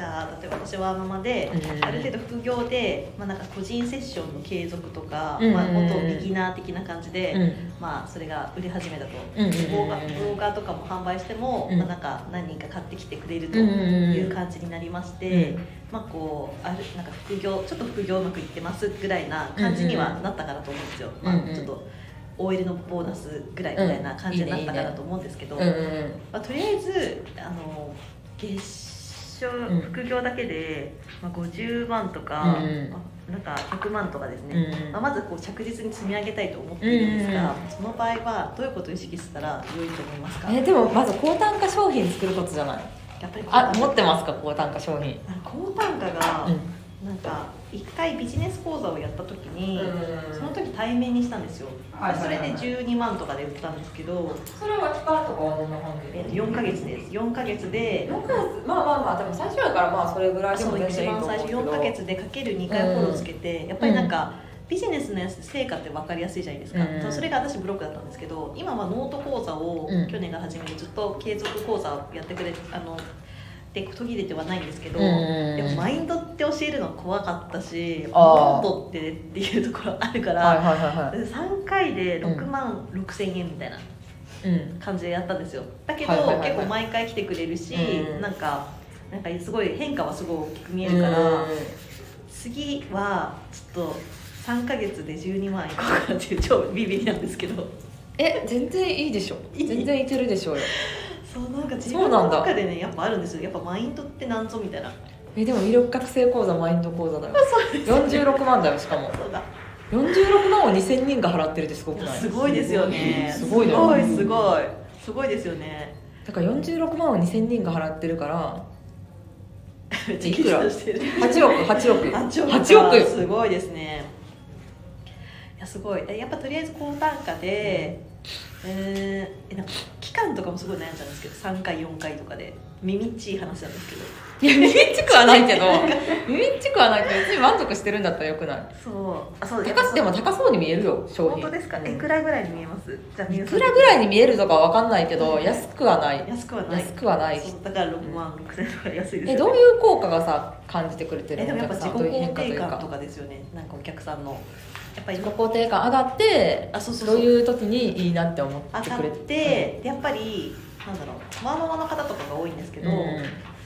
ゃあ例えば私はままで、うんある程度副業で、まあ、なんか個人セッションの継続とか、うんまあ、元ビギナー的な感じで、うんまあ、それが売れ始めたと、うん動画動画とかも販売しても、うんまあ、なんか何人か買ってきてくれるとうんいう感じになりまして、まあ、こうあるなんか副業ちょっと副業うまくいってますぐらいな感じにはなったかなと思うんですよ、うんうんまあ、ちょっと OL のボーナスぐらいみたいな感じになったかなと思うんですけど、うんうんまあ、とりあえずあの月賞うん副業だけで、まあ、50万とか、うんうんまあなんか100万とかですうんね、まあ、まずこう着実に積み上げたいと思っているんですが、うその場合はどういうことを意識したら良いと思いますかえでもまず高単価商品作ることじゃないやっぱり高あ単価持ってますか高単価商品あの高単価が、うなんか一回ビジネス講座をやった時に、んその時対面にしたんですよ、はいはいはいはまいあそれで12万とかで売ったんですけど、それは期間とかはどんな感じえっと4ヶ月です4ヶ月で4ヶ月まあまあまあでも最初だからまあそれぐらいでそもの全一然いいと番思う最初けど4ヶ月でかける2回フォローつけて、やっぱりなんか、ビジネスのやつで成果って分かりやすいじゃないですか、うんそれが私ブロックだったんですけど今はノート講座をうん去年が初めてずっと継続講座をやってくれあので途切れてはないんですけど、うんでもマインドって教えるの怖かったしあノーートってっていうところあるから、はいはいはいは3回で6万6千円みたいないうん感じでやったんですよだけど、はいはいはいはい結構毎回来てくれるし、うんなんかなんかすごい変化はすごい大きく見えるから、うん次はちょっと3ヶ月で12万いこうかなっていう超ビビりなんですけどえ全然いいでしょいい全然いけるでしょうよそうなんか自そ分うなのんだ中でねやっぱあるんですよやっぱマインドってなんぞみたい なえでも魅力覚醒講座マインド講座だよ46万だよしかもそうだ46万を2000人が払ってるってすごくないすごいですよねすごいすねごいすごいすごいですよね だから46万を2000人が払ってるからい実くら況してる8億8億8億8億すごいですねいやすごいえやっぱとりあえず高単価で、えーえなんか期間とかもすごい悩んだんですけど3回4回とかで耳っちい話なんですけどいや耳んちくはないけど耳んちくはないけど別に満足してるんだったらよくないそうあそう高すでも高そうに見えるよ商本品当ですか、うんいくらぐらいに見えますじゃあいくらぐらいに見えるとかは分かんないけど安くはない安くはない安くはないそうだから6万6千とか安いですよ、ね、えどういう効果がさ感じてくれてるえでもやっぱお自客さ己んどういう肯変化とい定う感かとかですよねなんかお客さんのやっぱり自己肯定感上がってあそうそうどそうういう時にいいなって思って上がくっれて、でやっぱりなんだろうまあままの方とかが多いんですけうど、ん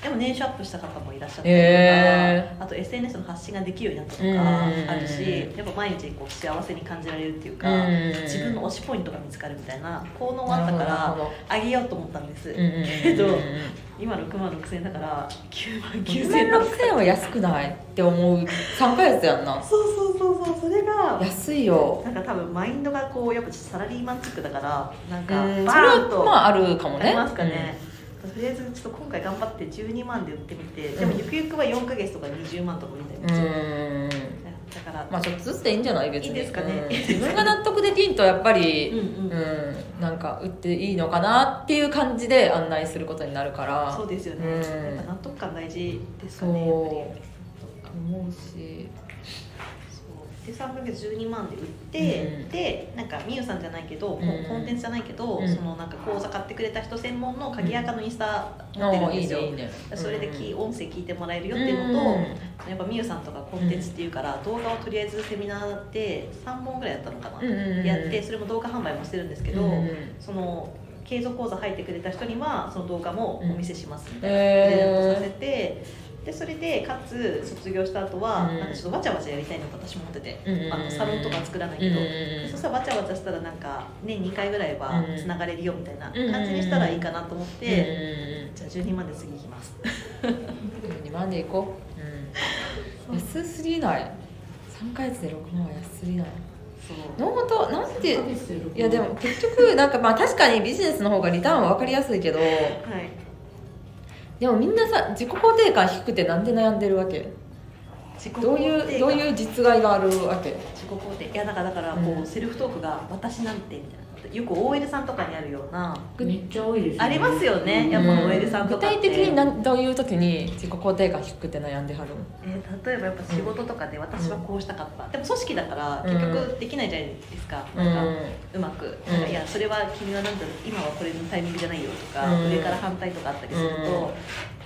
でも年収アップした方もいらっしゃったりとか、へあと SNS の発信ができるようになったうとんかあるし、やっぱ毎日こう幸せに感じられるっていうか、うん自分の推しポイントが見つかるみたいな効能ながあっるたほかどなるほらどあげようと思ったんです、うんうんうんうんけど今6万6000円だから9万9 9000円万6000円は安くないって思う3ヶ月やんなそうそうそうそうそれが安いよなんか多分マインドがこうやっぱサラリーマンチックだからなんうかんそバれーンはとまああるかもあねりますかね、とりあえずちょっと今回頑張って12万で売ってみて、でもゆくゆくは4か月とか20万とかみたいうんな、うんだから、まあちょっとずつでいいんじゃない別にいいですかねうん自分が納得できんとやっぱりうんうん、うん、なんか打っていいのかなっていう感じで案内することになるからそうですよね、うんやっぱ納得感大事ですかそうねやっぱりと思うしそうで3ヶ月12万で売って、うんでなんかみゆさんじゃないけど、んもうコンテンツじゃないけど、うんそのなんか講座買ってくれた人専門の鍵アカのインスタ持ってるおんいでいすよ、ねいいねそれでき、音声聞いてもらえるよってういうんのと、やっぱみゆさんとかコンテンツっていうから、動画をとりあえずセミナーで3本ぐらいやったのかな、うんうんうんやってそれも動画販売もしてるんですけど、うんうんその継続講座入ってくれた人にはその動画もお見せしますみたいな、プレゼントさせえてでそれでかつ卒業した後は、うんなんかちょっとわちゃわちゃやりたいの私も持ってて、うんうんうんあのサロンとか作らないーけど、うんそしたらわちゃわちゃしたらなんか年2回ぐらいはうんつながれるよみたいな感じにしたらいいかなと思って、じゃあ12万で次行きます。うんうんうん、2万でいこう、うん、安すぎない3ヶ月で6万は安すぎないそうノートなんていいやでも結局なんかまあ確かにビジネスの方がリターンは分かりやすいけどはいでもみんなさ自己肯定感低くてなんで悩んでるわけ自己どう肯い定うどう感いう実害があるわけ自己肯定いやだからだからこう、うんセルフトークが「私なんて」みたいなよく OL さんとかにあるようなめっちゃ多いです、ね、ありますよねやっぱうん OL さんとかって具体的になんどういう時に自己肯定感低くて悩んではるのえー例えばやっぱ仕事とかで私はこうしたかった、でも組織だからうん結局できないじゃないですか、うなんかんうまく、うんなんかいやそれは君はなんだろう今はこれのタイミングじゃないよとか、うん上から反対とかあったりすると、うん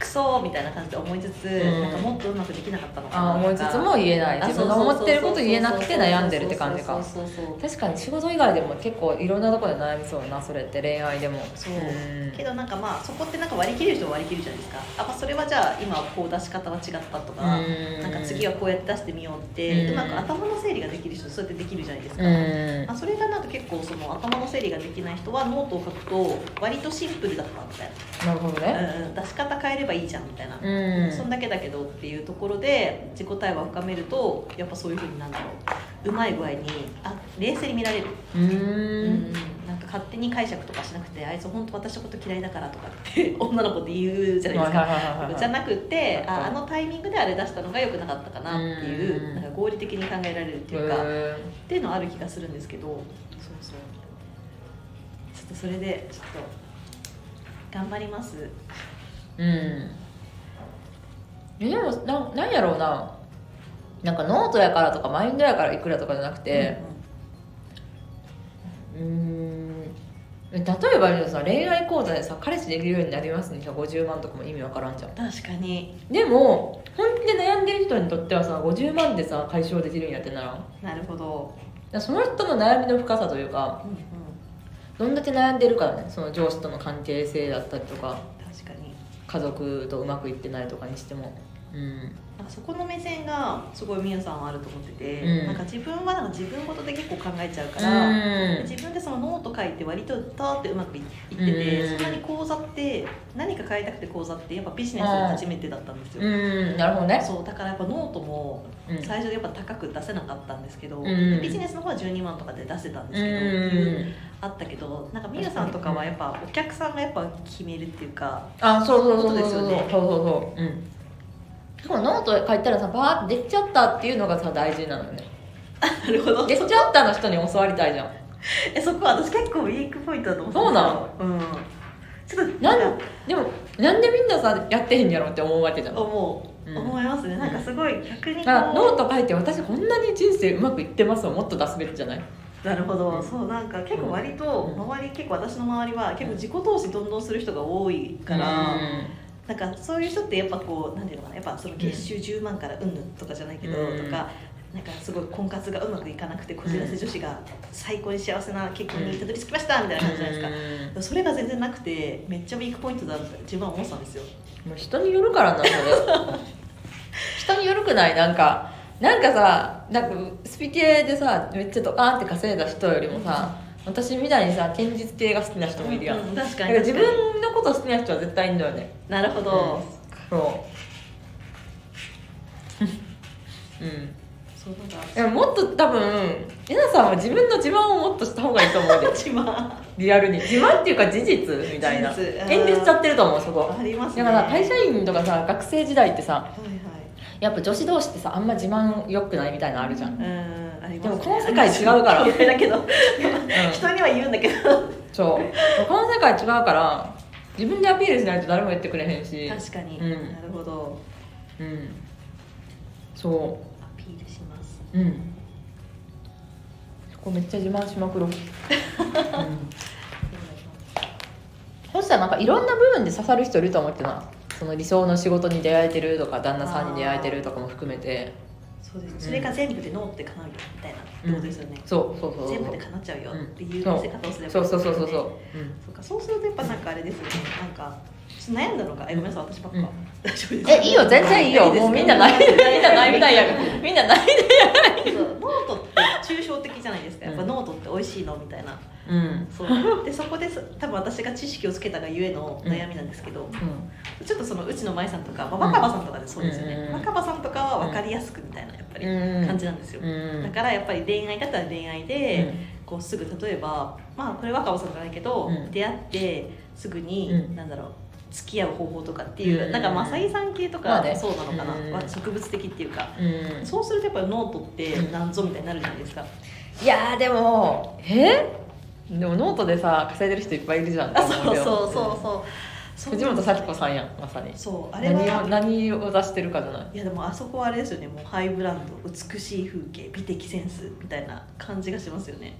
クソみたいな感じで思いつつ、んなんかもっとうまくできなかったのかあなー思いとつかつも言えないあ自分がそうそう思そうってること言えなくて悩んでるって感じかそうそうそうそう確かに仕事以外でも結構いろんなところで悩みそうなそれって恋愛でもそううんけどなんかまあそこってなんか割り切る人は割り切るじゃないですかあ、まあ、それはじゃあ今こう出し方は違ったとか、うんなんか次はこうやって出してみようって、ううんまく頭の整理ができる人そうやってできるじゃないですか、うんあそれがなんか結構その頭の整理ができない人はノートを書くと割とシンプルだったみたいなるほどねな、うんうん、出し方変えればいいじゃんみたいな、うんそんだけだけどっていうところで自己対話を深めるとやっぱそういうふうになんだろううまい具合にあ冷静に見られる、ううんんなんか勝手に解釈とかしなくてあいつ本当私のこと嫌いだからとかって 女の子で言うじゃないですか。じゃなくてああのタイミングであれ出したのが良くなかったかなっていう、うんなんか合理的に考えられるっていうか、っていうのはある気がするんですけどそうそうちょっとそれでちょっと頑張りますうんえでもななんやろうななんかノートやからとかマインドやからいくらとかじゃなくてうんえ例えばでもさ恋愛講座でさ彼氏できるようになりますね50万とかも意味わからんじゃんうん確かにでも本気で悩んでる人にとってはさ50万でさ解消できるんやってならんだかなるほど、らその人の悩みの深さというかうんうん、どんだけ悩んでるかだねその上司との関係性だったりとか確かに家族とうまくいってないとかにしてもうんなんかそこの目線がすごいみやさんはあると思ってて、うんなんか自分はなんか自分ごとで結構考えちゃうか、からら自分でそのノート書いて割とたーってうまくいってて、うんそんなに講座って何か変えたくて講座ってやっぱビジネスが初めてだったんですよ、うんなるほどねそうだからやっぱノートもうん最初やっぱ高く出せなかったんですけど、んビジネスの方は12万とかで出せたんですけど、うんあったけどなんかみゆさんとかはやっぱお客さんがやっぱ決めるっていうかあそうそうそうそうそそうそううですよねそうそううんしかもノート書いたらさバーってできちゃったっていうのがさ大事なのよねなるほどできちゃったの人に教わりたいじゃんえそこは私結構ウィークポイントだと思ってたんですようんちょっとなんなんかでもなんでみんなさやってへんやろって思うわけじゃん思う、うん思いますねなんかすごい逆にこうあノート書いて私こんなに人生うまくいってますをもっと出すべきじゃないなるほど、うんそうなんか結構割とうん周り、結構私の周りは結構自己投資どんどんする人が多いから、なんかそういう人ってやっぱこうなんていうのかなやっぱその月収10万からうんぬんとかじゃないけど、うんとかなんかすごい婚活がうまくいかなくてこじらせ女子が最高に幸せな結婚にたどり着きましたみたいな感じじゃないですか、うんそれが全然なくてめっちゃウィークポイントだって自分は思ってたんですよもう人によるから なそれ人によるくないなんかなんかさなんかスピ系でさめっちゃドカーンって稼いだ人よりもさ私みたいにさ堅実系が好きな人もいるやん、うん確だかかにら自分のこと好きな人は絶対いるんだよねなるほど、そううんそうなんかでももっと多分えなさんは自分の自慢をもっとした方がいい と思うで 自慢リアルに自慢っていうか事実みたいな事実あー遠慮しちゃってると思うそこありますねだから会社員とかさ学生時代ってさはいはやっぱ女子同士ってさあんま自慢よくないみたいなのあるじゃん、うん、いうんありますねでもこの世界違うから嫌いだけど人には言うんだけどそうこの世界違うから自分でアピールしないと誰も言ってくれへんし確かに、うんなるほどうんそアピールしますううんそこめっちゃ自慢しまく ろう、うん、そしたらなんかいろんな部分で刺さる人いると思ってなその理想の仕事に出会えてるとか旦那さんに出会えてるとかも含めてそうですねそれが全部でノーって叶うよみたいなってことですよね、そうそうそうそう全部で叶っちゃうよっていううん見せ方をすればいいですよそうねそうそうそうそう、そうかそうするとやっぱなんかあれですよねなんかちょっと悩んだのかえごめんなさい私ばっか、うん大丈夫ですかえいいよ全然いいよですかもうみんな泣いてみんな泣いたいやみんな泣いてそうノートって抽象的じゃないですかやっぱうんノートって美味しいのみたいなうんそうでそこです多分私が知識をつけたがゆえの悩みなんですけど、ちょっとそのうちの舞さんとか、まあ、若葉さんとかでそうですよね、うん若葉さんとかは分かりやすくみたいなやっぱりうん感じなんですよ、うんだからやっぱり恋愛だったら恋愛で、こうすぐ例えばまあこれ若葉さんじゃないけど、うん出会ってすぐに、うんなんだろう付き合う方法とかっていう、うんなんかマサイさん系とまかあねそうなのかな、うんまあ植物的っていうか、うんそうするとやっぱりノートってなんぞみたいになるじゃないですか、いやーでもえでもノートでさ稼いでる人いっぱいいるじゃんあそうそうそうそうそう藤本咲子さんやんまさにそうあれ何はを何を出してるかじゃないいやでもあそこはあれですよねもうハイブランド美しい風景美的センスみたいな感じがしますよね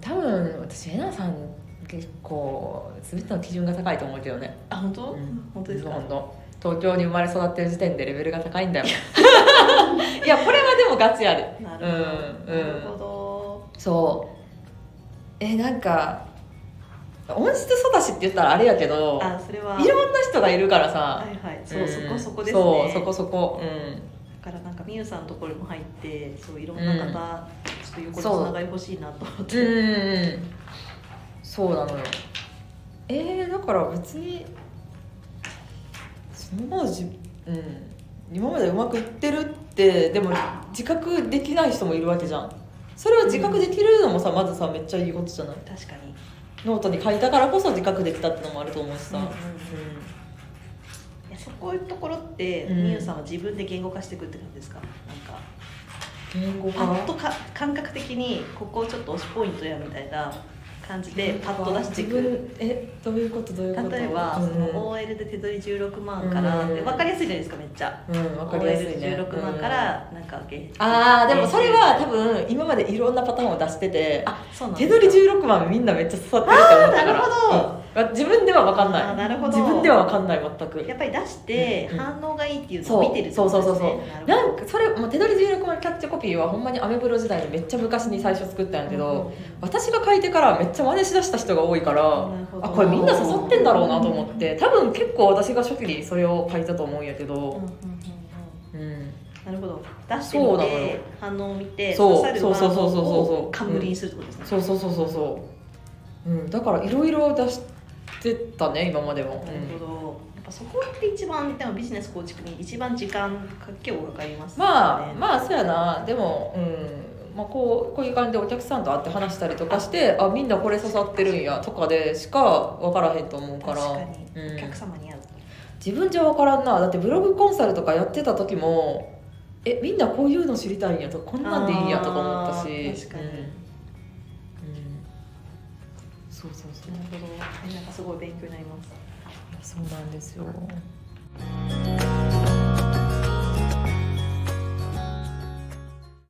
多分私えなさん結構全ての基準が高いと思うけどねあ本当、うん本当ですか本当東京に生まれ育ってる時点でレベルが高いんだよ いやこれはでもガチあるなるうんほど、うんなるほどそうえなんか温室育ちって言ったらあれやけどあそれはいろんな人がいるからはさ、いはいそう、んそこそこですねそうそこそこうんだからなんかみゆさんのところにも入ってそういろんな方、うちょんっと横につながり欲しいなと思っうんうて、んうんそうなのよえー、だから別にそのままじ、うん、今までうまくいってるってでも自覚できない人もいるわけじゃんそれを自覚できるのもさまずさめっちゃいいことじゃない確かに、ノートに書いたからこそ自覚できたってのもあると思うしさ、うううんんんうんいやそこいうところってうんみゆさんは自分で言語化していくって感じですかなんか言語パ化ッとか感覚的にここちょっと推しポイントやみたいな感じでパッと出してい自く分えどういうことどういうこと例えば、うんその OL で手取り16万から、うんで分かりやすいじゃないですかめっちゃ、うん、わかりやすいね OL16 万からなんか、げああでもそれは多分今までいろんなパターンを出しててあそうなん手です取り16万みんなめっちゃ刺さってると思あーったからなるほど、うん自分では分かんあなーいなるほど自分では分かんない全くやっぱり出してうん反応がいいっていうのそうを見てるってそこうそとでうすそねうそうなるなんかそれ、まあ、手取り16万キャッチコピーはほんまにアメブロ時代にめっちゃ昔に最初作ったんやけほどど、私が書いてからめっちゃ真似しだした人が多いからなるほどあこれみんな刺さってんだろうなと思って多分結構私が初期にそれを書いたと思うんやけうんうんど、うんうんうん、なるほど出してそみうなのよて反応を見てそう刺さるワそうーそうそうそうそうドを冠にするってことですねそうそうそうそうそう、うん、だからいろいろ出してったね今までも、なうんるほどやっぱそこって一番でもビジネス構築に一番時間かけをかかりますまあねまあそうやなでもうんまあこうこういう感じでお客さんと会って話したりとかしてあみんなこれ刺さってるんやとかでしか分からへんと思うから確かに、うんお客様に合う自分じゃ分からんなだってブログコンサルとかやってた時もえみんなこういうの知りたいんやとかこんなんでいいんやとか思ったあしー確かに、うんうんそうそうそうなるほどえなんかすごい勉強になりますそうなんですよ